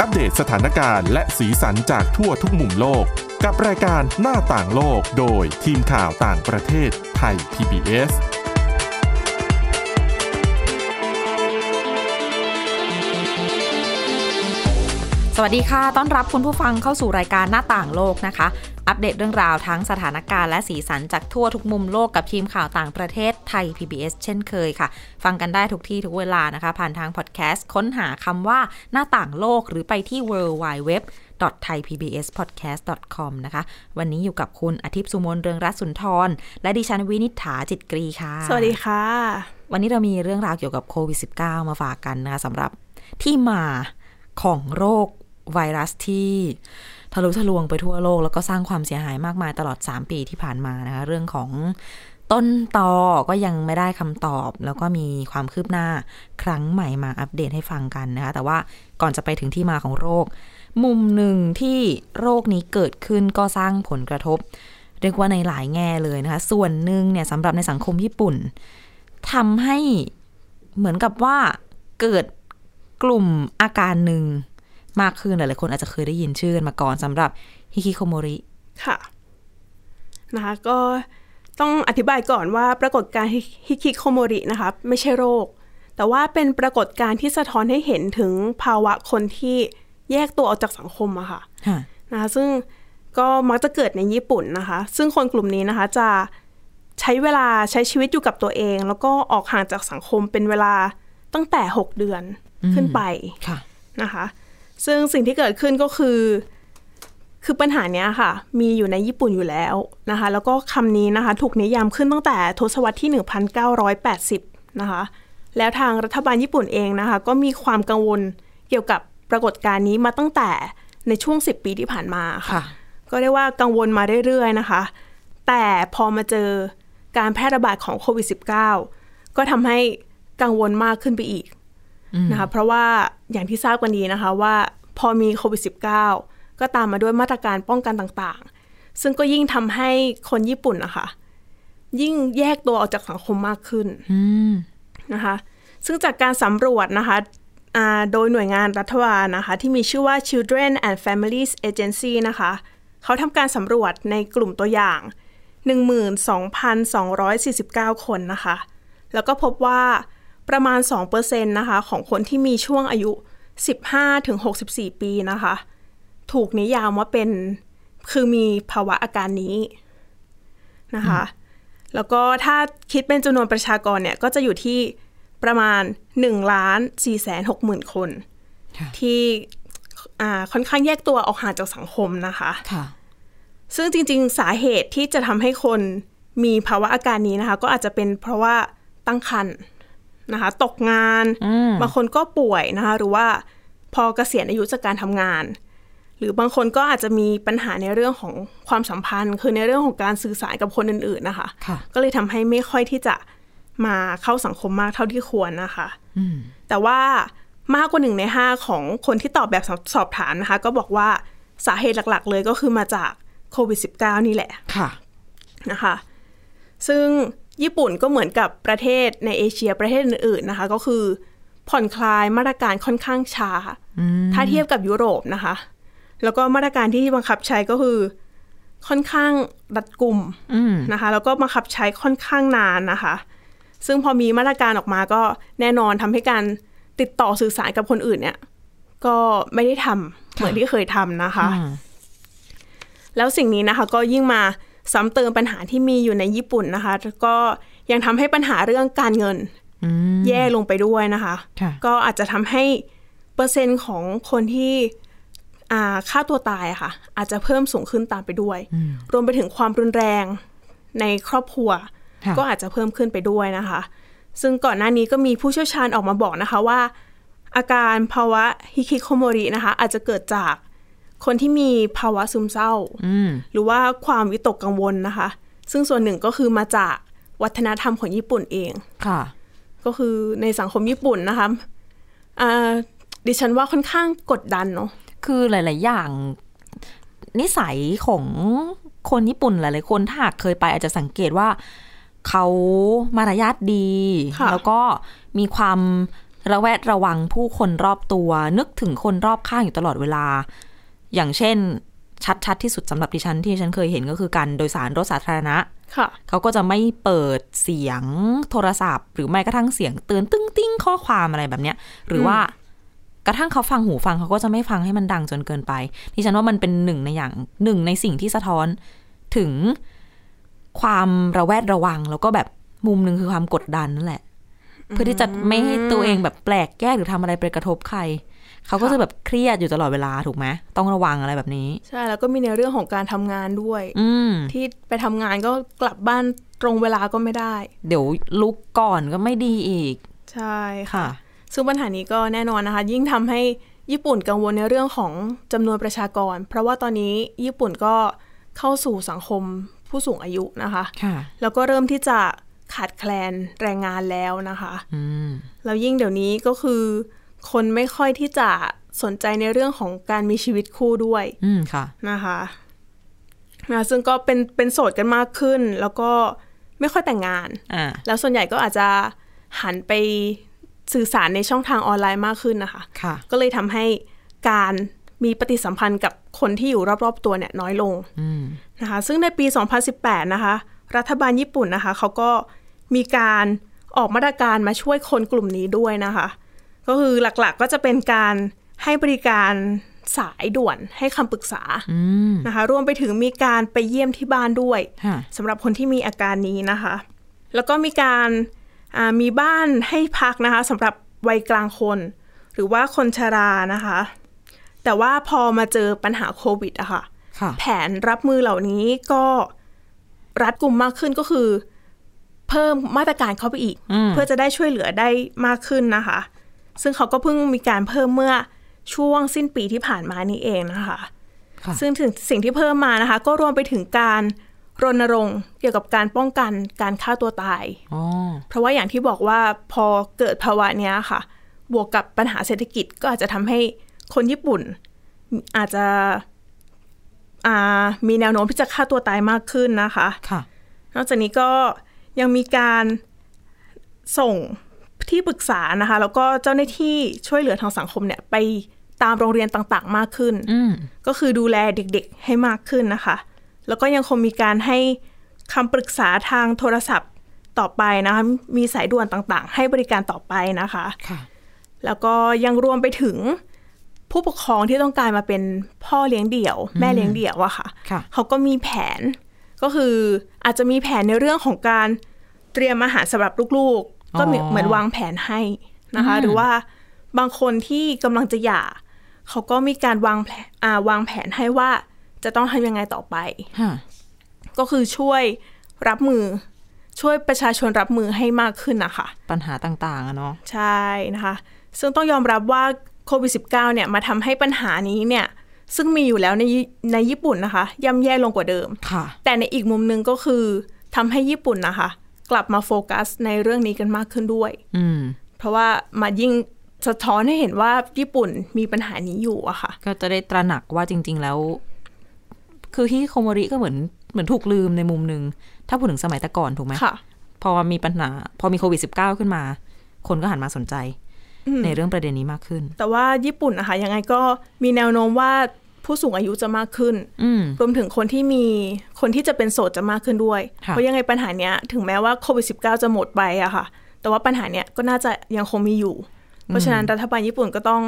อัปเดตสถานการณ์และสีสันจากทั่วทุกมุมโลก กับรายการหน้าต่างโลกโดยทีมข่าวต่างประเทศไทย PBS สวัสดีค่ะ ต้อนรับคุณผู้ฟังเข้าสู่รายการหน้าต่างโลกนะคะ อัปเดตเรื่องราวทั้งสถานการณ์และสีสันจากทั่วทุกมุมโลกกับทีมข่าวต่างประเทศไทย PBS เช่นเคยค่ะ ฟังกันได้ทุกที่ทุกเวลานะคะ ผ่านทางพอดแคสต์ ค้นหาคำว่าหน้าต่างโลกหรือไปที่ www thaipbspodcast.com นะคะ วันนี้อยู่กับคุณอาทิตย์สุมนเรืองรัตน์สุนทร และดิฉันวินิษฐาจิตกรีค่ะ สวัสดีค่ะ วันนี้เรามีเรื่องราวเกี่ยวกับโควิด -19 มาฝากกันนะคะสำหรับที่มาของโรคไวรัสที่ทะลุทะลวงไปทั่วโลก แล้วก็สร้างความเสียหายมากมายตลอด 3 ปีที่ผ่านมานะคะ เรื่องของต้นตอก็ยังไม่ได้คำตอบ แล้วก็มีความคืบหน้าครั้งใหม่มาอัปเดตให้ฟังกันนะคะ แต่ว่าก่อนจะไปถึงที่มาของโรค มุมหนึ่งที่โรคนี้เกิดขึ้นก็สร้างผลกระทบ เรียกว่าในหลายแง่เลยนะคะ ส่วนหนึ่งเนี่ยสำหรับในสังคมญี่ปุ่น ทำให้เหมือนกับว่าเกิดกลุ่มอาการหนึ่งมากขึ้นหลายๆคนอาจจะเคยได้ยินชื่อกันมาก่อนสำหรับฮิคิโคโมริ ค่ะ นะคะ ก็ต้องอธิบายก่อนว่าปรากฏการณ์ฮิคิโคโมรินะคะไม่ใช่โรค แต่ว่าเป็นปรากฏการณ์ที่สะท้อนให้เห็นถึงภาวะคนที่แยกตัวออกจากสังคมอะค่ะ นะคะซึ่งก็มักจะเกิดในญี่ปุ่นนะคะ ซึ่งคนกลุ่มนี้นะคะจะใช้เวลาใช้ชีวิตอยู่กับตัวเอง แล้วก็ออกห่างจากสังคมเป็นเวลาตั้งแต่ 6 เดือน อืม ขึ้นไป ค่ะ นะคะ ซึ่งสิ่งที่เกิดขึ้นก็คือ คือปัญหาเนี้ยค่ะ มีอยู่ในญี่ปุ่นอยู่แล้วนะคะ แล้วก็คำนี้นะคะ ถูกนิยามขึ้นตั้งแต่ทศวรรษที่ 1980 นะคะ แล้วทางรัฐบาลญี่ปุ่นเองนะคะ ก็มีความกังวลเกี่ยวกับปรากฏการณ์นี้มาตั้งแต่ในช่วง 10 ปีที่ผ่านมาค่ะ ค่ะ ก็เรียกว่ากังวลมาเรื่อยๆนะคะ แต่พอมาเจอการแพร่ระบาดของโควิด -19 ก็ทำให้กังวลมากขึ้นไปอีกนะคะ เพราะว่าอย่างที่ทราบกันดีนะคะว่าพอมีโควิด -19 ก็ตามมาด้วยมาตรการป้องกันต่างๆ ซึ่งก็ยิ่งทำให้คนญี่ปุ่นนะคะยิ่งแยกตัวออกจากสังคมมากขึ้น อืม นะคะ ซึ่งจากการสำรวจนะคะอ่าโดยหน่วยงานรัฐบาลนะคะ ที่มีชื่อว่า Children and Families Agency นะคะ เขาทำการสำรวจในกลุ่มตัวอย่าง 12,249 คนนะคะ แล้วก็พบว่าประมาณ 2%นะคะของคนที่มีช่วงอายุ 15-64 ปีนะคะ ถูกนิยามว่าเป็นคือมีภาวะอาการนี้นะคะ แล้วก็ถ้าคิดเป็นจำนวนประชากรเนี่ยก็จะอยู่ที่ประมาณ1ล้าน4แสน6หมื่นคน ค่ะ ที่อ่าค่อนข้างแยกตัวออกห่างจากสังคมนะคะ ค่ะ ซึ่งจริงๆ สาเหตุที่จะทำให้คนมีภาวะอาการนี้นะคะ ก็อาจจะเป็นเพราะว่าตั้งครรภ์นะคะ ตกงานบางคนก็ป่วยนะคะ หรือว่าพอเกษียณอายุจากการทำงาน หรือบางคนก็อาจจะมีปัญหาในเรื่องของความสัมพันธ์ คือในเรื่องของการสื่อสารกับคนอื่นๆนะคะ ค่ะ ก็เลยทำให้ไม่ค่อยที่จะมาเข้าสังคมมากเท่าที่ควรนะคะ อืม แต่ว่ามากกว่าหนึ่งในห้าของคนที่ตอบแบบสอบสอบถามนะคะ ก็บอกว่าสาเหตุหลักๆ เลยก็คือมาจากโควิด -19 นี่แหละ ค่ะ นะคะ ซึ่งญี่ปุ่นก็เหมือนกับประเทศในเอเชียประเทศอื่นๆนะคะ ก็คือผ่อนคลายมาตรการค่อนข้างช้า ถ้าเทียบกับยุโรปนะคะ แล้วก็มาตรการที่บังคับใช้ก็คือค่อนข้างรัดกุม อืม นะคะแล้วก็บังคับใช้ค่อนข้างนานนะคะ ซึ่งพอมีมาตรการออกมาก็แน่นอนทำให้การติดต่อสื่อสารกับคนอื่นเนี่ยก็ไม่ได้ทำเหมือนที่เคยทำนะคะ อืม แล้วสิ่งนี้นะคะก็ยิ่งมาซ้ำเติมปัญหาที่มีอยู่ในญี่ปุ่นนะคะแล้วก็ยังทำให้ปัญหาเรื่องการเงิน อืม แย่ลงไปด้วยนะคะ ค่ะ ก็อาจจะทำให้เปอร์เซ็นต์ของคนที่อ่าฆ่าตัวตายอะค่ะ อาจจะเพิ่มสูงขึ้นตามไปด้วย รวมไปถึงความรุนแรงในครอบครัว ค่ะ ก็อาจจะเพิ่มขึ้นไปด้วยนะคะ ซึ่งก่อนหน้านี้ก็มีผู้เชี่ยวชาญออกมาบอกนะคะว่า อาการภาวะฮิคิโคโมรินะคะ อาจจะเกิดจากคนที่มีภาวะซึมเศร้า อืม หรือว่าความวิตกกังวลนะคะ ซึ่งส่วนหนึ่งก็คือมาจากวัฒนธรรมของญี่ปุ่นเอง ค่ะ ก็คือในสังคมญี่ปุ่นนะคะอ่าดิฉันว่าค่อนข้างกดดันเนาะ คือหลาย ๆ อย่าง นิสัยของคนญี่ปุ่นหลาย ๆ คนถ้าหากเคยไปอาจจะสังเกตว่า เขามารยาทดี ค่ะ แล้วก็มีความ ระแวดระวังผู้คนรอบตัว นึกถึงคนรอบข้างอยู่ตลอดเวลา อย่างเช่น ชัดๆที่สุดสำหรับดิฉันที่ดิฉันเคยเห็นก็คือการโดยสารรถสาธารณะ ค่ะ เขาก็จะไม่เปิดเสียงโทรศัพท์ หรือไม่กระทั่งเสียงเตือนตึ้งติ้งข้อความอะไรแบบเนี้ย หรืออ ม ว่ากระทั่งเขาฟังหูฟังเขาก็จะไม่ฟังให้มันดังจนเกินไปดิฉันว่ามันเป็นหนึ่งในอย่างหนึ่งในสิ่งที่สะท้อนถึงความระแวดระวัง แล้วก็แบบมุมหนึ่งคือความกดดันนั่นแหละ เพื่อที่จะไม่ให้ตัวเองแบบแปลกแยก้หรือทำอะไรไปกระทบใคร เขาก็จะแบบเครียดอยู่ตลอดเวลาถูกไหมต้องระวังอะไรแบบนี้ ใช่แล้วก็มีในเรื่องของการทำงานด้วย อืม ที่ไปทำงานก็กลับบ้านตรงเวลาก็ไม่ได้ เดี๋ยวลุกก่อนก็ไม่ดีอีก ใช่ค่ะ ค่ะ ซึ่งปัญหานี้ก็แน่นอนนะคะ ยิ่งทำให้ญี่ปุ่นกังวลในเรื่องของจำนวนประชากร เพราะว่าตอนนี้ญี่ปุ่นก็เข้าสู่สังคมผู้สูงอายุนะคะ ค่ะ แล้วก็เริ่มที่จะขาดแคลนแรงงานแล้วนะคะ อืม แล้วยิ่งเดี๋ยวนี้ก็คือ คนไม่ค่อยที่จะสนใจในเรื่องของการมีชีวิตคู่ด้วย อืมค่ะ นะคะนะซึ่งก็เป็นเป็นโสดกันมากขึ้น แล้วก็ไม่ค่อยแต่งงาน อ่า แล้วส่วนใหญ่ก็อาจจะหันไปสื่อสารในช่องทางออนไลน์มากขึ้นนะคะ ค่ะ ก็เลยทำให้การมีปฏิสัมพันธ์กับคนที่อยู่รอบๆตัวเนี่ยน้อยลง อืม นะคะ ซึ่งในปี 2018 นะคะ รัฐบาลญี่ปุ่นนะคะเขาก็มีการออกมาตรการมาช่วยคนกลุ่มนี้ด้วยนะคะ ก็คือหลักๆก็จะเป็นการให้บริการสายด่วนให้คำปรึกษา อืม นะคะ รวมไปถึงมีการไปเยี่ยมที่บ้านด้วย ค่ะ สำหรับคนที่มีอาการนี้นะคะ แล้วก็มีการอ่ามีบ้านให้พักนะคะสำหรับวัยกลางคน หรือว่าคนชรานะคะ แต่ว่าพอมาเจอปัญหาโควิดอะค่ะ ค่ะ แผนรับมือเหล่านี้ก็รัดกลุ่มมากขึ้นก็คือ เพิ่มมาตรการเข้าไปอีก อืม เพื่อจะได้ช่วยเหลือได้มากขึ้นนะคะ ซึ่งเขาก็เพิ่งมีการเพิ่มเมื่อช่วงสิ้นปีที่ผ่านมานี้เองนะคะ ค่ะ ซึ่งถึงสิ่งที่เพิ่มมานะคะ ก็รวมไปถึงการรณรงค์เกี่ยวกับการป้องกันการฆ่าตัวตาย อ๋อ เพราะว่าอย่างที่บอกว่าพอเกิดภาวะเนี้ยค่ะ บวกกับปัญหาเศรษฐกิจก็อาจจะทำให้คนญี่ปุ่น อาจจะอ่ามีแนวโน้มที่จะฆ่าตัวตายมากขึ้นนะคะ ค่ะ นอกจากนี้ก็ยังมีการส่งที่ปรึกษานะคะ แล้วก็เจ้าหน้าที่ช่วยเหลือทางสังคมเนี่ยไปตามโรงเรียนต่างๆ มากขึ้น อืม ก็คือดูแลเด็กๆ ให้มากขึ้นนะคะ แล้วก็ยังคงมีการให้คำปรึกษาทางโทรศัพท์ต่อไปนะคะ มีสายด่วนต่างๆ ให้บริการต่อไปนะคะ ค่ะ แล้วก็ยังรวมไปถึงผู้ปกครองที่ต้องการมาเป็นพ่อเลี้ยงเดี่ยว แม่เลี้ยงเดี่ยวอะค่ะ ค่ะ เขาก็มีแผนก็คืออาจจะมีแผนในเรื่องของการเตรียมอาหารสำหรับลูก อ๋อ ๆ ก็เหมือนวางแผนให้นะคะ หรือว่าบางคนที่กำลังจะหย่าเขาก็มีการวางแผนอ่าวางแผนให้ว่าจะต้องทำยังไงต่อไป ค่ะ ก็คือช่วยรับมือ ช่วยประชาชนรับมือให้มากขึ้นนะคะ ปัญหาต่างๆอะเนาะ ใช่นะคะ ซึ่งต้องยอมรับว่าโควิด -19 เนี่ยมาทำให้ปัญหานี้เนี่ยซึ่งมีอยู่แล้วในญี่ในญี่ปุ่นนะคะย่ำแย่ลงกว่าเดิม ค่ะ แต่ในอีกมุมหนึ่งก็คือทำให้ญี่ปุ่นนะคะ กลับมาโฟกัสในเรื่องนี้กันมากขึ้นด้วย อืม เพราะว่ามายิ่งสะท้อนให้เห็นว่าญี่ปุ่นมีปัญหานี้อยู่อะค่ะ ก็จะได้ตระหนักว่าจริง ๆ แล้ว คือฮิโคโมริก็เหมือน เหมือนถูกลืมในมุมหนึ่ง ถ้าพูดถึงสมัยแต่ก่อนถูกไหม ค่ะ พอมีปัญหา พอมีโควิด -19 ขึ้นมา คนก็หันมาสนใจ ในเรื่องประเด็นนี้มากขึ้น แต่ว่าญี่ปุ่นนะคะยังไงก็มีแนวโน้มว่าผู้สูงอายุจะมากขึ้น อืม รวมถึงคนที่มีคนที่จะเป็นโสดจะมากขึ้นด้วย ค่ะ เพราะยังไงปัญหาเนี้ยถึงแม้ว่าโควิด -19 จะหมดไปอะค่ะ แต่ว่าปัญหาเนี้ยก็น่าจะยังคงมีอยู่ เพราะฉะนั้นรัฐบาลญี่ปุ่นก็ต้อง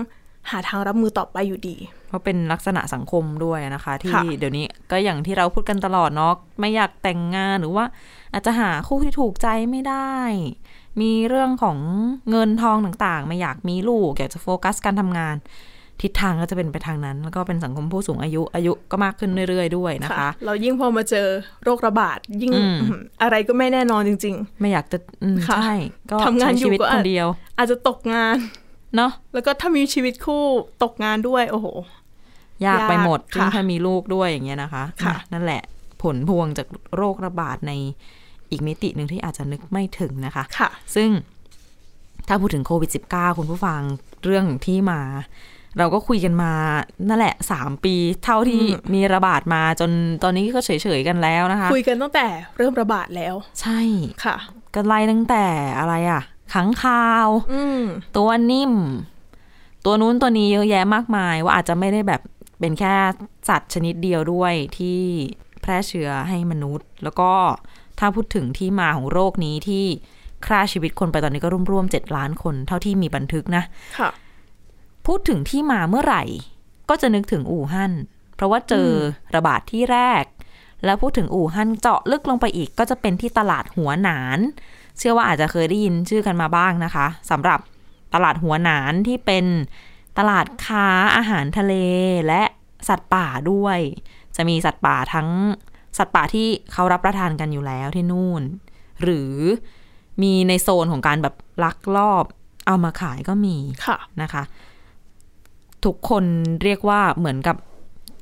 หาทางรับมือต่อไปอยู่ดี เพราะเป็นลักษณะสังคมด้วยนะคะ ที่ ค่ะ เดี๋ยวนี้ก็อย่างที่เราพูดกันตลอดเนาะไม่อยากแต่งงานหรือว่า อาจจะหาคู่ที่ถูกใจไม่ได้ มีเรื่องของเงินทองต่างๆ ไม่อยากมีลูกอยากจะโฟกัสการทำงาน ทิศทางก็จะเป็นไปทางนั้น แล้วก็เป็นสังคมผู้สูงอายุอายุก็มากขึ้นเรื่อยๆด้วยนะคะ เรายิ่งพอมาเจอโรคระบาดยิ่ง อืม อืมอะไรก็ไม่แน่นอนจริง ไม่อยากจะอืม ค่ะ ใช่ก็ ทำงาน ใช้ชีวิต อยู่คก็อาจ นเดียว ๆ อาจจะตกงาน เนาะ แล้วก็ถ้ามีชีวิตคู่ตกงานด้วย โอ้โห ยากไปหมด ยากค่ะ ยิ่งถ้ามีลูกด้วยอย่างเงี้ยนะคะ ค่ะ นั่นแหละผลพวงจากโรคระบาดในอีกมิติหนึ่งที่อาจจะนึกไม่ถึงนะคะ ค่ะ ซึ่งถ้าพูดถึงโควิด -19 คุณผู้ฟังเรื่องที่มา เราก็คุยกันมานั่นแหละ 3 ปีเท่าที่มีระบาดมาจนตอนนี้ก็เฉยๆกันแล้วนะคะ คุยกันตั้งแต่เริ่มระบาดแล้ว ใช่ ค่ะ ก็ไล่ตั้งแต่อะไรอะ ขังคาว อืม ตัวนิ่ม ตัวนู้นตัวนี้เยอะแยะมากมายว่าอาจจะไม่ได้แบบเป็นแค่สัตว์ชนิดเดียวด้วยที่แพร่เชื้อให้มนุษย์ แล้วก็ถ้าพูดถึงที่มาของโรคนี้ที่ฆ่าชีวิตคนไปตอนนี้ก็ร่วมๆเจ็ดล้านคนเท่าที่มีบันทึกนะ ค่ะ พูดถึงที่มาเมื่อไหร่ ก็จะนึกถึงอู่ฮั่นเพราะว่าเจออระบาดที่แรก แล้วพูดถึงอู่ฮั่นเจาะลึกลงไปอีก ก็จะเป็นที่ตลาดหัวหนาน เชื่อว่าอาจจะเคยได้ยินชื่อกันมาบ้างนะคะสำหรับตลาดหัวหนานที่เป็นตลาดค้าอาหารทะเลและสัตว์ป่าด้วย จะมีสัตว์ป่าทั้งสัตว์ป่าที่เขารับประทานกันอยู่แล้วที่นู่น หรือมีในโซนของการแบบลักลอบเอามาขายก็มี ค่ะ นะคะทุกคนเรียกว่าเหมือนกับ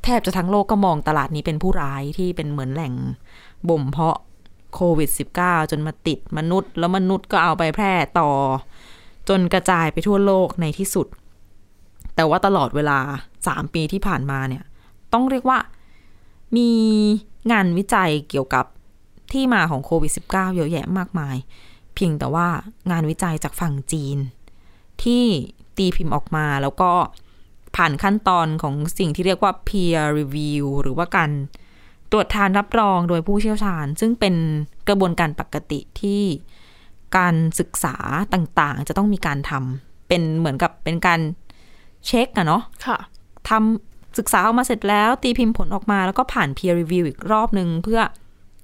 แทบจะทั้งโลกก็มองตลาดนี้เป็นผู้ร้ายที่เป็นเหมือนแหล่งบ่มเพาะโควิด -19 จนมาติดมนุษย์ แล้วมนุษย์ก็เอาไปแพร่ต่อ จนกระจายไปทั่วโลกในที่สุด แต่ว่าตลอดเวลา 3 ปีที่ผ่านมาเนี่ย ต้องเรียกว่ามีงานวิจัยเกี่ยวกับที่มาของโควิด -19 เยอะแยะมากมาย เพียงแต่ว่างานวิจัยจากฝั่งจีน ที่ตีพิมพ์ออกมาแล้วก็ผ่านขั้นตอนของสิ่งที่เรียกว่า peer review หรือว่าการตรวจทานรับรองโดยผู้เชี่ยวชาญ ซึ่งเป็นกระบวนการปกติที่การศึกษาต่างๆ จะต้องมีการทำเป็นเหมือนกับเป็นการเช็คอะเนาะ ค่ะ ทำศึกษาออกมาเสร็จแล้ว ตีพิมพ์ผลออกมาแล้วก็ผ่าน peer review อีกรอบหนึ่งเพื่อ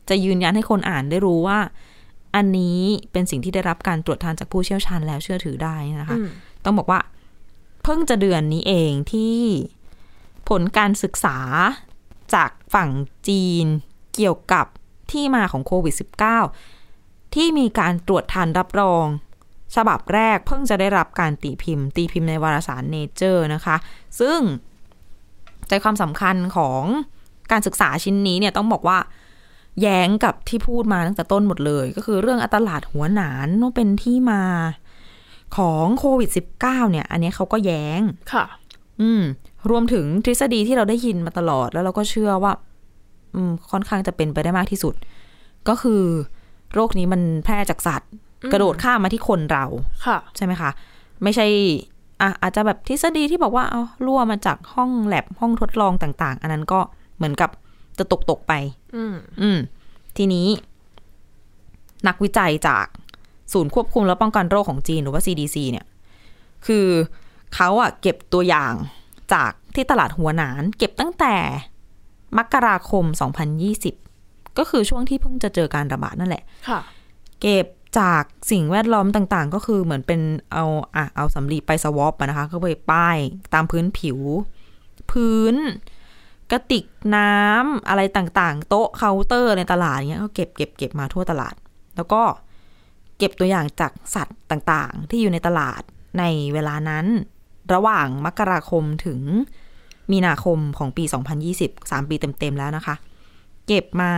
จะยืนยันให้คนอ่านได้รู้ว่า อันนี้เป็นสิ่งที่ได้รับการตรวจทานจากผู้เชี่ยวชาญแล้วเชื่อถือได้นะคะ อืม ต้องบอกว่า เพิ่งจะเดือนนี้เองที่ผลการศึกษาจากฝั่งจีนเกี่ยวกับที่มาของโควิด -19 ที่มีการตรวจทานรับรอง ฉบับแรกเพิ่งจะได้รับการตีพิมพ์ ตีพิมพ์ในวารสารเนเจอร์นะคะ ซึ่ง ใจความสำคัญของการศึกษาชิ้นนี้เนี่ยต้องบอกว่า แย้งกับที่พูดมาตั้งแต่ต้นหมดเลย ก็คือเรื่องอัตลาดหัวหนานว่าเป็นที่มาของโควิด -19 เนี่ย อันเนี้ยเขาก็แย้ง ค่ะ อืม รวมถึงทฤษฎีที่เราได้ยินมาตลอดแล้วเราก็เชื่อว่า อืม ค่อนข้างจะเป็นไปได้มากที่สุด ก็คือโรคนี้มันแพร่จากสัตว์ กระโดดข้ามมาที่คนเรา ค่ะ ใช่ไหมคะ ไม่ใช่อ่ะอาจจะแบบทฤษฎีที่บอกว่าเอารั่วมาจากห้องแลบห้องทดลองต่าง ๆ อันนั้นก็เหมือนกับจะตกตกๆไป อืม อืม ทีนี้ นักวิจัยจากศูนย์ควบคุมและป้องกันโรคของจีนหรือว่า CDC เนี่ย คือเขาอะเก็บตัวอย่างจากที่ตลาดหัวหนาน เก็บตั้งแต่มกราคม 2020 ก็คือช่วงที่เพิ่งจะเจอการระบาดนั่นแหละ ค่ะ เก็บจากสิ่งแวดล้อมต่างๆ ก็คือเหมือนเป็นเอาอ่ะเอาสำลีไปสวอปอะนะคะ ก็ไปป้ายตามพื้นผิว พื้น กระติกน้ำอะไรต่างๆ โต๊ะเคาน์เตอร์ในตลาดเนี้ยก็เก็บเก็บเก็บมาทั่วตลาด แล้วก็เก็บตัวอย่างจากสัตว์ต่างๆ ที่อยู่ในตลาดในเวลานั้น ระหว่างมกราคมถึงมีนาคมของปี 2020 3 ปีเต็มๆแล้วนะคะ เก็บมา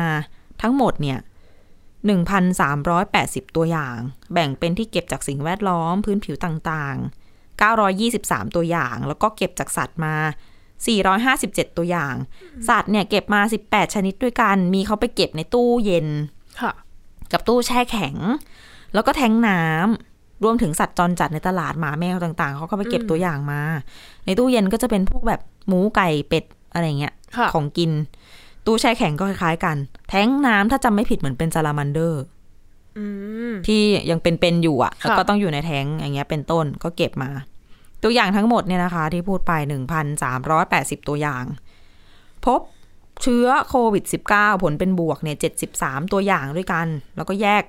ทั้งหมดเนี่ย 1,380 ตัวอย่าง แบ่งเป็นที่เก็บจากสิ่งแวดล้อมพื้นผิวต่างๆ 923 ตัวอย่าง แล้วก็เก็บจากสัตว์มา 457 ตัวอย่าง สัตว์เนี่ยเก็บมา 18 ชนิดด้วยกัน มีเขาไปเก็บในตู้เย็น ค่ะ กับตู้แช่แข็ง แล้วก็แทงน้ำรวมถึงสัตว์จรจัดในตลาดหมาแมวต่างๆ เขาก็ไปเก็บตัวอย่างมา ในตู้เย็นก็จะเป็นพวกแบบหมูไก่เป็ดอะไรอย่างเงี้ย ค่ะ ของกิน ตู้แช่แข็งก็คล้ายๆกัน แทงน้ำถ้าจำไม่ผิดเหมือนเป็นซาลามันเดอร์ อืม ที่ยังเป็นๆอยู่อ่ะ ค่ะ แล้วก็ต้องอยู่ในแท้งอย่างเงี้ยเป็นต้นก็เก็บมา ตัวอย่างทั้งหมดเนี่ยนะคะ ที่พูดไป 1,380 ตัวอย่าง พบเชื้อโควิด -19 ผลเป็นบวกเนี่ย 73 ตัวอย่างด้วยกัน แล้วก็แยก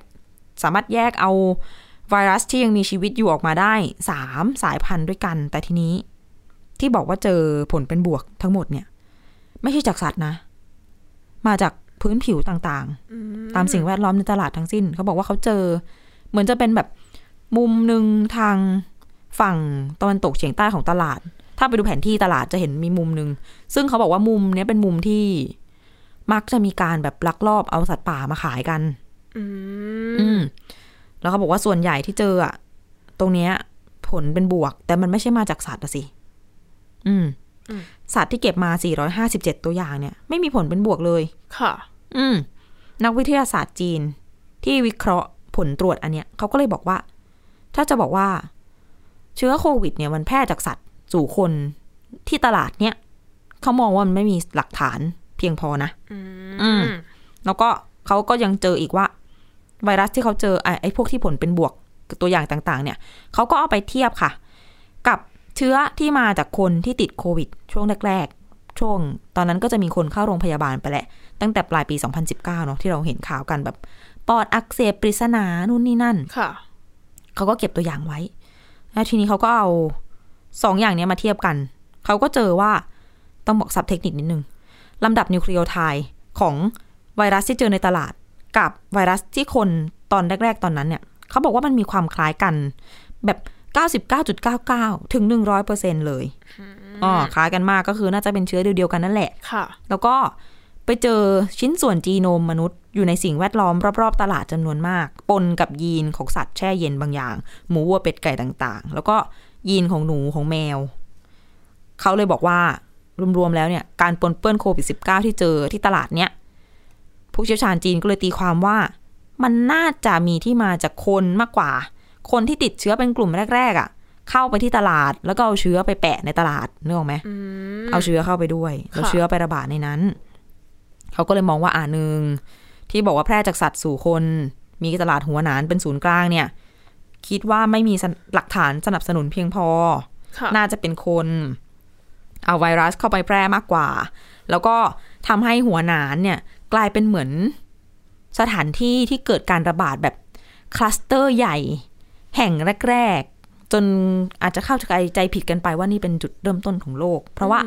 สามารถแยกเอาไวรัสที่ยังมีชีวิตอยู่ออกมาได้ 3 สายพันธุ์ด้วยกัน แต่ทีนี้ที่บอกว่าเจอผลเป็นบวกทั้งหมดเนี่ย ไม่ใช่จากสัตว์นะ มาจากพื้นผิวต่างๆ ตามสิ่งแวดล้อมในตลาดทั้งสิ้น เขาบอกว่าเขาเจอ เหมือนจะเป็นแบบมุมหนึ่งทางฝั่งตะวันตกเฉียงใต้ของตลาด ถ้าไปดูแผนที่ตลาดจะเห็นมีมุมหนึ่ง ซึ่งเขาบอกว่ามุมเนี้ยเป็นมุมที่มักจะมีการแบบลักลอบเอาสัตว์ป่ามาขายกัน อืม แล้วเขาบอกว่าส่วนใหญ่ที่เจออะตรงเนี้ย ผลเป็นบวก แต่มันไม่ใช่มาจากสัตว์อะสิ อืม อืม สัตว์ที่เก็บมา 457 ตัวอย่างเนี่ย ไม่มีผลเป็นบวกเลย ค่ะ อืม นักวิทยาศาสตร์จีนที่วิเคราะห์ผลตรวจอันเนี้ยเขาก็เลยบอกว่า ถ้าจะบอกว่า เชื้อโควิดเนี่ยมันแพร่จากสัตว์สู่คนที่ตลาดเนี่ยเขามองว่ามันไม่มีหลักฐานเพียงพอนะ อืม แล้วก็เขาก็ยังเจออีกว่า ไวรัสที่เขาเจอไอ้ไอ้พวกที่ผลเป็นบวกตัวอย่างต่าง ๆ เนี่ยเขาก็เอาไปเทียบค่ะ กับเชื้อที่มาจากคนที่ติดโควิด ช่วงแรกๆ ช่วง ตอนนั้นก็จะมีคนเข้าโรงพยาบาลไปแหละตั้งแต่ปลายปี 2019 เนาะที่เราเห็นข่าวกันแบบ ปอดอักเสบปริศนานู่นนี่นั่น ค่ะ เขาก็เก็บตัวอย่างไว้ แล้วทีนี้เขาก็เอาสองอย่างเนี้ยมาเทียบกัน เขาก็เจอว่าต้องบอกสับเทคนิคนิดนึง ลำดับนิวคลีโอไทด์ของไวรัสที่เจอในตลาด กับไวรัสที่คนตอนแรก ๆ ตอนนั้นเนี่ย เขาบอกว่ามันมีความคล้ายกันแบบ 99.99 ถึง 100%เลยอ๋อคล้ายกันมากก็คือน่าจะเป็นเชื้อเดียวๆกันนั่นแหละ ค่ะ แล้วก็ไปเจอชิ้นส่วนจีโนมมนุษย์อยู่ในสิ่งแวดล้อมรอบๆ ตลาดจำนวนมาก ปนกับยีนของสัตว์แช่เย็นบางอย่าง หมูวัวเป็ดไก่ต่างๆ แล้วก็ยีนของหนูของแมว เขาเลยบอกว่ารวมๆแล้วเนี่ย การปนเปื้อนโควิด -19 ที่เจอที่ตลาดเนี่ย ผู้เชี่ยวชาญจีนก็เลยตีความว่า มันน่าจะมีที่มาจากคนมากกว่า คนที่ติดเชื้อเป็นกลุ่มแรกๆอะ่ะ เข้าไปที่ตลาดแล้วก็เอาเชื้อไปแปะในตลาดนึกออกไหม เอาเชื้อเข้าไปด้วย แล้ว ค่ะ เชื้อไประบาดในนั้น เขาก็เลยมองว่าอ่าหนึ่งที่บอกว่าแพร่จากสัตว์สู่คน มีตลาดหัวหนานเป็นศูนย์กลางเนี่ย คิดว่าไม่มีสนหลักฐานสนับสนุนเพียงพอ ค่ะ น่าจะเป็นคน เอาไวรัสเข้าไปแพร่มากกว่า แล้วก็ทำให้หัวหนานเนี่ย กลายเป็นเหมือนสถานที่ที่เกิดการระบาดแบบคลัสเตอร์ใหญ่ แห่งแรก ๆ จนอาจจะเข้าใจผิดกันไปว่านี่เป็นจุดเริ่มต้นของโลก เพราะว่า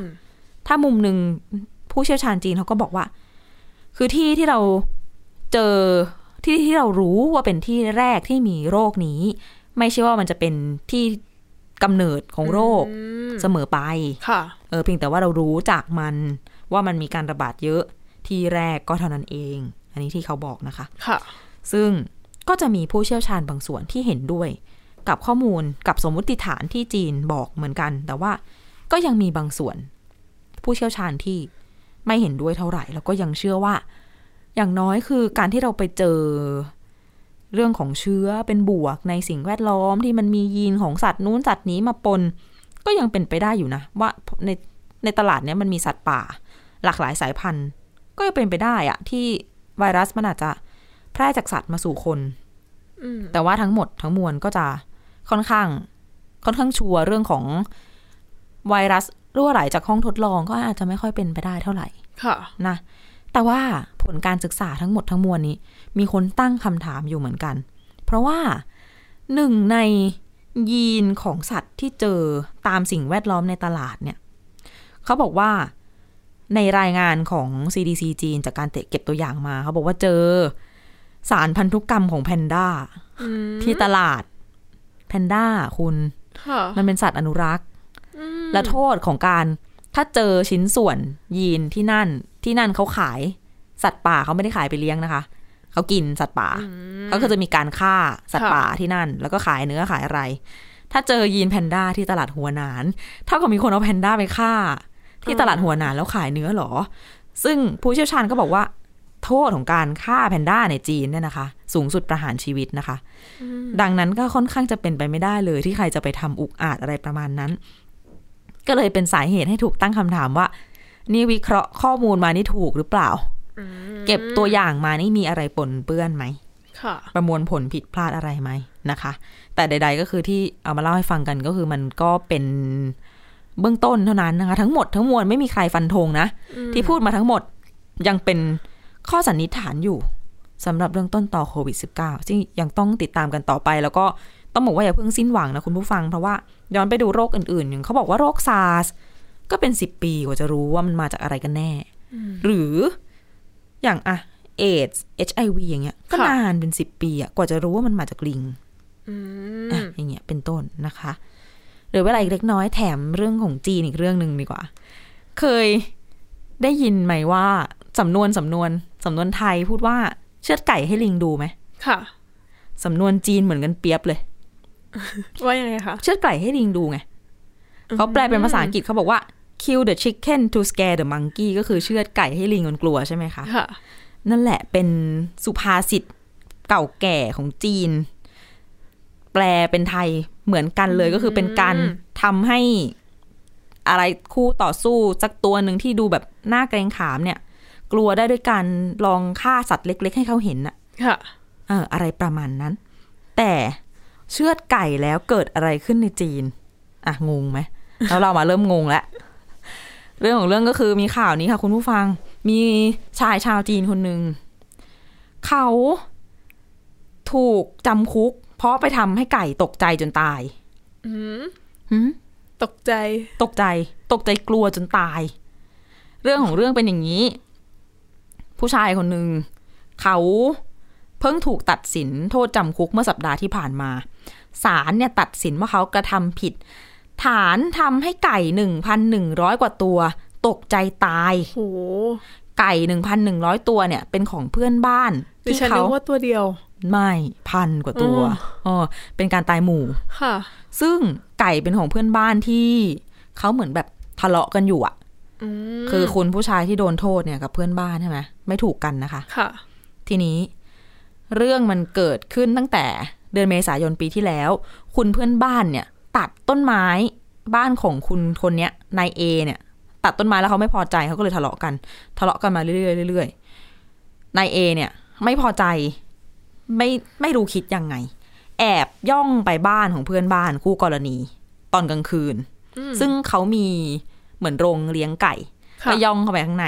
ถ้ามุมหนึ่งผู้เชี่ยวชาญจีนเขาก็บอกว่า คือที่ที่เราเจอที่ที่เรารู้ว่าเป็นที่แรกที่มีโรคนี้ ไม่ใช่ว่ามันจะเป็นที่กำเนิดของโรคเสมอไป ค่ะ เออเพียงแต่ว่าเรารู้จากมันว่ามันมีการระบาดเยอะที่แรกก็เท่านั้นเอง อันนี้ที่เขาบอกนะคะ ค่ะ ซึ่งก็จะมีผู้เชี่ยวชาญบางส่วนที่เห็นด้วย กับข้อมูลกับสมมุติฐานที่จีนบอกเหมือนกัน แต่ว่าก็ยังมีบางส่วน ผู้เชี่ยวชาญที่ไม่เห็นด้วยเท่าไหร่ แล้วก็ยังเชื่อว่า อย่างน้อยคือการที่เราไปเจอ เรื่องของเชื้อเป็นบวกในสิ่งแวดล้อมที่มันมียีนของสัตว์นู้นสัตว์นี้มาปน ก็ยังเป็นไปได้อยู่นะ ว่าในในตลาดเนี้ยมันมีสัตว์ป่า หลากหลายสายพันธุ์ ก็ยังเป็นไปได้อะที่ไวรัสมันอาจจะ แพร่จากสัตว์มาสู่คน อืม แต่ว่าทั้งหมดทั้งมวลก็จะค่อนข้าง ค่อนข้างชัวร์เรื่องของไวรัสรั่วไหลจากห้องทดลองก็อาจจะไม่ค่อยเป็นไปได้เท่าไหร่ ค่ะ นะ แต่ว่าผลการศึกษาทั้งหมดทั้งมวลนี้ มีคนตั้งคำถามอยู่เหมือนกัน เพราะว่าหนึ่งในยีนของสัตว์ที่เจอตามสิ่งแวดล้อมในตลาดเนี่ยเขาบอกว่าในรายงานของ CDC จีนจากการเก็บตัวอย่างมาเขาบอกว่าเจอ สารพันธุกรรมของแพนด้าที่ตลาดแพนด้าคุณ ค่ะ มันเป็นสัตว์อนุรักษ์ และโทษของการถ้าเจอชิ้นส่วนยีนที่นั่นที่นั่นเขาขายสัตว์ป่าเขาไม่ได้ขายไปเลี้ยงนะคะ เขากินสัตว์ป่าเขาก็จะมีการฆ่าสัตว์ ค่ะ ป่าที่นั่น แล้วก็ขายเนื้อขายอะไร ถ้าเจอยีนแพนด้าที่ตลาดหัวหนาน เท่ากับมีคนเอาแพนด้าไปฆ่า ที่ตลาดหัวหนานแล้วขายเนื้อเหรอ ซึ่งผู้เชี่ยวชาญก็บอกว่า โทษของการฆ่าแพนด้าในจีนเนี่ยนะคะ สูงสุดประหารชีวิตนะคะ ดังนั้นก็ค่อนข้างจะเป็นไปไม่ได้เลยที่ใครจะไปทำอุกอาจอะไรประมาณนั้น ก็เลยเป็นสาเหตุให้ถูกตั้งคำถามว่า นี่วิเคราะห์ข้อมูลมานี่ถูกหรือเปล่า เก็บตัวอย่างมานี่มีอะไรปนเปื้อนไหม ค่ะ ประมวลผลผิดพลาดอะไรไหมนะคะ แต่ใด ๆ ก็คือที่เอามาเล่าให้ฟังกันก็คือมันก็เป็นเบื้องต้นเท่านั้นนะคะ ทั้งหมดทั้งมวลไม่มีใครฟันธงนะ ที่พูดมาทั้งหมดยังเป็นข้อสันนิษฐานอยู่สำหรับเรื่องต้นต่อโควิด -19 ซึ่งยังต้องติดตามกันต่อไป แล้วก็ต้องบอกว่าอย่าเพิ่งสิ้นหวังนะคุณผู้ฟัง เพราะว่าย้อนไปดูโรคอื่นๆอย่างเขาบอกว่าโรคซาร์สก็เป็นสิบปีกว่าจะรู้ว่ามันมาจากอะไรกันแน่ หรืออย่างอะเอชเอชไอวีอย่างเงี้ยก็ ค่ะ นานเป็นสิบปีอะกว่าจะรู้ว่ามันมาจากลิงอ่ะอย่างเงี้ยเป็นต้นนะคะเหรือเวลาอีกเล็กน้อยแถมเรื่องของจีนอีกเรื่องหนึ่งดีกว่า เคยได้ยินไหมว่าสำนวนสำนวนสำนวนไทยพูดว่าเชือดไก่ให้ลิงดูไหม ค่ะ สำนวนจีนเหมือนกันเปียบเลย ว่ายังไงคะ เชือดไก่ให้ลิงดูไงเขาแปลเป็นภาษาอังกฤษเขาบอกว่า kill the chicken to scare the monkey ก็คือเชือดไก่ให้ลิงมันกลัวใช่ไหมคะ ค่ะ นั่นแหละเป็นสุภาษิตเก่าแก่ของจีน แปลเป็นไทยเหมือนกันเลยก็คือเป็นการ อืม ทำให้อะไรคู่ต่อสู้สักตัวหนึ่งที่ดูแบบหน้าเกรงขามเนี่ย กลัวได้ด้วยการลองฆ่าสัตว์เล็ก ๆ ให้เขาเห็นน่ะ ค่ะ เอออะไรประมาณนั้น แต่เชือดไก่แล้วเกิดอะไรขึ้นในจีน อ่ะ งงไหม แล้วเรามาเริ่มงงแล้ว เรื่องของเรื่องก็คือมีข่าวนี้ค่ะ คุณผู้ฟัง มีชายชาวจีนคนหนึ่ง เขาถูกจำคุก เพราะไปทำให้ไก่ตกใจจนตาย อืม หืม ตกใจ ตกใจ ตกใจกลัวจนตาย เรื่องของเรื่องเป็นอย่างนี้ ผู้ชายคนหนึ่ง เขาเพิ่งถูกตัดสินโทษจำคุกเมื่อสัปดาห์ที่ผ่านมาศาลเนี่ยตัดสินว่าเขากระทำผิด ฐานทำให้ไก่ 1,100 กว่าตัว ตกใจตาย โอ้โห ไก่ 1,100 ตัวเนี่ย เป็นของเพื่อนบ้าน ดิ ที่ ฉัน เขา นึกว่าตัวเดียว ไม่พันกว่าตัว อืม อ๋อเป็นการตายหมู่ ค่ะ ซึ่งไก่เป็นของเพื่อนบ้านที่เขาเหมือนแบบทะเลาะกันอยู่อะ อืม คือคุณผู้ชายที่โดนโทษเนี่ยกับเพื่อนบ้านใช่ไหมไม่ถูกกันนะคะ ค่ะ ทีนี้ เรื่องมันเกิดขึ้นตั้งแต่เดือนเมษายนปีที่แล้ว คุณเพื่อนบ้านเนี่ย ตัดต้นไม้บ้านของคุณคนเนี้ยนายเอเนี่ย ตัดต้นไม้แล้วเขาไม่พอใจเขาก็เลยทะเลาะกัน ทะเลาะกันมาเรื่อยๆเรื่อยๆนายเอเนี่ย ไม่พอใจไม่ไม่รู้คิดยังไง แอบย่องไปบ้านของเพื่อนบ้านคู่กรณี ตอนกลางคืน อืม ซึ่งเขามีเหมือนโรงเลี้ยงไก่ ค่ะ ก็ย่องเข้าไปข้างใน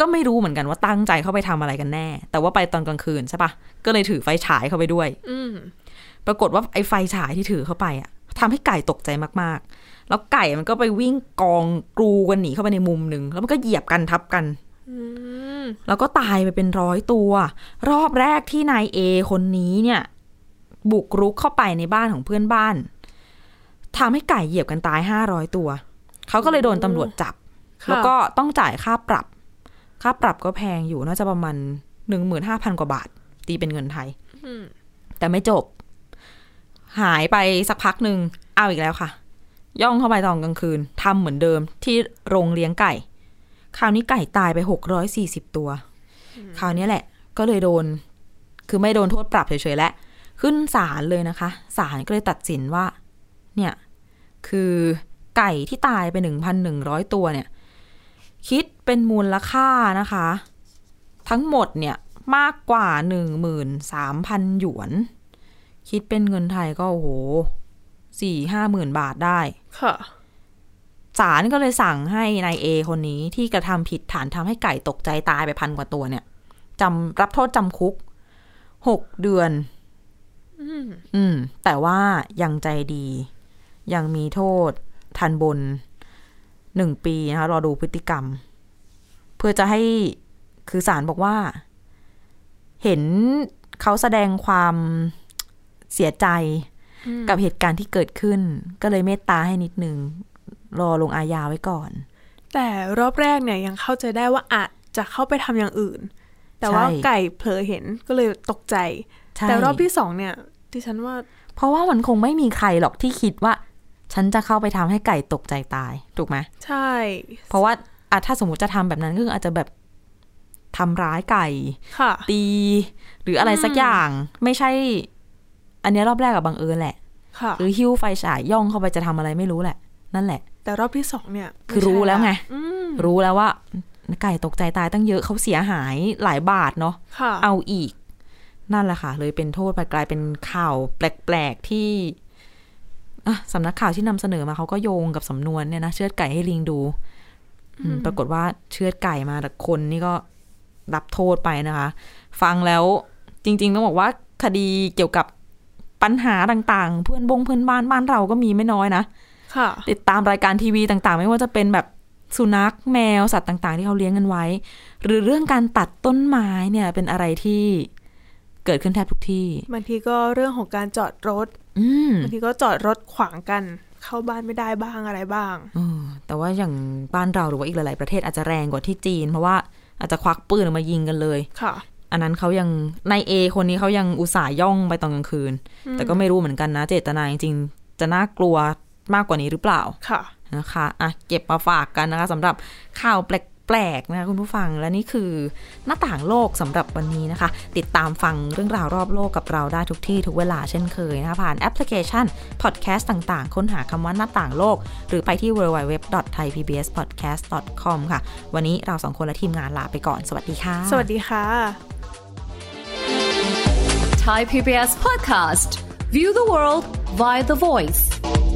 ก็ไม่รู้เหมือนกันว่าตั้งใจเข้าไปทำอะไรกันแน่ แต่ว่าไปตอนกลางคืนใช่ปะก็เลยถือไฟฉายเข้าไปด้วย อืม ปรากฏว่าไอ้ไฟฉายที่ถือเข้าไปอะทำให้ไก่ตกใจมากๆ แล้วไก่มันก็ไปวิ่งกองกรูกันหนีเข้าไปในมุมหนึ่งแล้วมันก็เหยียบกันทับกัน อืม แล้วก็ตายไปเป็นร้อยตัว รอบแรกที่นายเอคนนี้เนี่ย บุกรุกเข้าไปในบ้านของเพื่อนบ้านทำให้ไก่เหยียบกันตายห้าร้อยตัวเขาก็เลยโดนตำรวจจับ ค่ะ แล้วก็ต้องจ่ายค่าปรับ ค่าปรับก็แพงอยู่น่าจะประมาณหนึ่งหมื่นห้าพันกว่าบาท ตีเป็นเงินไทย อืม แต่ไม่จบ หายไปสักพักหนึ่งเอาอีกแล้วค่ะ ย่องเข้าไปตอนกลางคืนทำเหมือนเดิมที่โรงเลี้ยงไก่ คราวนี้ไก่ตายไปหกร้อยสี่สิบตัว คราวนี้แหละ ก็เลยโดน คือไม่โดนโทษปรับเฉยๆแล้วขึ้นศาลเลยนะคะศาลก็เลยตัดสินว่า เนี่ย คือไก่ที่ตายไปหนึ่งพันหนึ่งร้อยตัวเนี่ย คิดเป็นมูลค่านะคะ ทั้งหมดเนี่ยมากกว่าหนึ่งหมื่นสามพันหยวน คิดเป็นเงินไทยก็โอ้โหสี่ห้าหมื่นบาทได้ ค่ะ ศาลก็เลยสั่งให้นายเอคนนี้ที่กระทำผิดฐานทำให้ไก่ตกใจตายไปพันกว่าตัวเนี่ยจำรับโทษจำคุกหกเดือน อืม อืม แต่ว่ายังใจดี ยังมีโทษทันบนหนึ่งปีนะคะรอดูพฤติกรรม เพื่อจะให้คือศาลบอกว่า เห็นเขาแสดงความเสียใจ อืม กับเหตุการณ์ที่เกิดขึ้น ก็เลยเมตตาให้นิดนึง รอลงอาญาไว้ก่อน แต่รอบแรกเนี่ยยังเข้าใจได้ว่าอาจจะเข้าไปทำอย่างอื่น แต่ว่า ใช่ ไก่เผลอเห็นก็เลยตกใจ ใช่ แต่รอบที่สองเนี่ยดิฉันว่า เพราะว่ามันคงไม่มีใครหรอกที่คิดว่า ฉันจะเข้าไปทำให้ไก่ตกใจตาย ถูกไหม ใช่ เพราะว่าอะถ้าสมมติจะทำแบบนั้นก็คืออาจจะแบบทำร้ายไก่ ค่ะ ตี หรืออะไรสักอย่าง ไม่ใช่ อันเนี้ยรอบแรกกับบังเอิญแหละ ค่ะ หรือหิ้วไฟฉายย่องเข้าไปจะทำอะไรไม่รู้แหละ นั่นแหละ แต่รอบที่สองเนี่ย คือรู้แล้วไง อืม รู้แล้วว่า ไก่ตกใจตายตั้งเยอะเขาเสียหายหลายบาทเนาะ ค่ะ เอาอีก นั่นแหละค่ะ เลยเป็นโทษไปกลายเป็นข่าวแปลกๆที่อ่ะสำนักข่าวที่นำเสนอมาเขาก็โยงกับสำนวนเนี่ยนะเชือดไก่ให้ลิงดูอืมปรากฏว่าเชือดไก่มาแต่คนนี่ก็รับโทษไปนะคะ ฟังแล้วจริง ๆ ต้องบอกว่าคดีเกี่ยวกับปัญหาต่างๆ เพื่อนบงเพื่อนบ้านบ้านเราก็มีไม่น้อยนะ ค่ะ ติดตามรายการทีวีต่างๆ ไม่ว่าจะเป็นแบบสุนัขแมวสัตว์ต่างๆ ที่เขาเลี้ยงกันไว้ หรือเรื่องการตัดต้นไม้เนี่ยเป็นอะไรที่เกิดขึ้นแทบทุกที่ บางทีก็เรื่องของการจอดรถ อืม บางทีก็จอดรถขวางกัน เข้าบ้านไม่ได้บ้างอะไรบ้าง เออแต่ว่าอย่างบ้านเราหรือว่าอีกหลายๆประเทศอาจจะแรงกว่าที่จีน เพราะว่าอาจจะควักปืนออกมายิงกันเลย ค่ะ อันนั้นเขายังนายเอคนนี้เขายังอุตส่าห์ย่องไปตอนกลางคืน แต่ก็ไม่รู้เหมือนกันนะ เจตนาจริงๆจะน่ากลัวมากกว่านี้หรือเปล่า ค่ะ นะคะอ่ะเก็บมาฝากกันนะคะสำหรับข่าวแป แปลกนะคะคุณผู้ฟังและนี่คือหน้าต่างโลกสำหรับวันนี้นะคะ ติดตามฟังเรื่องราวรอบโลกกับเราได้ทุกที่ทุกเวลาเช่นเคยนะคะผ่านแอปพลิเคชันพอดแคสต์ต่างๆ ค้นหาคำว่าหน้าต่างโลก หรือไปที่ www.thaipbspodcast.com ค่ะ วันนี้เราสองคนและทีมงานลาไปก่อนสวัสดีค่ะ สวัสดีค่ะ Thai PBS podcast. View the world via the voice.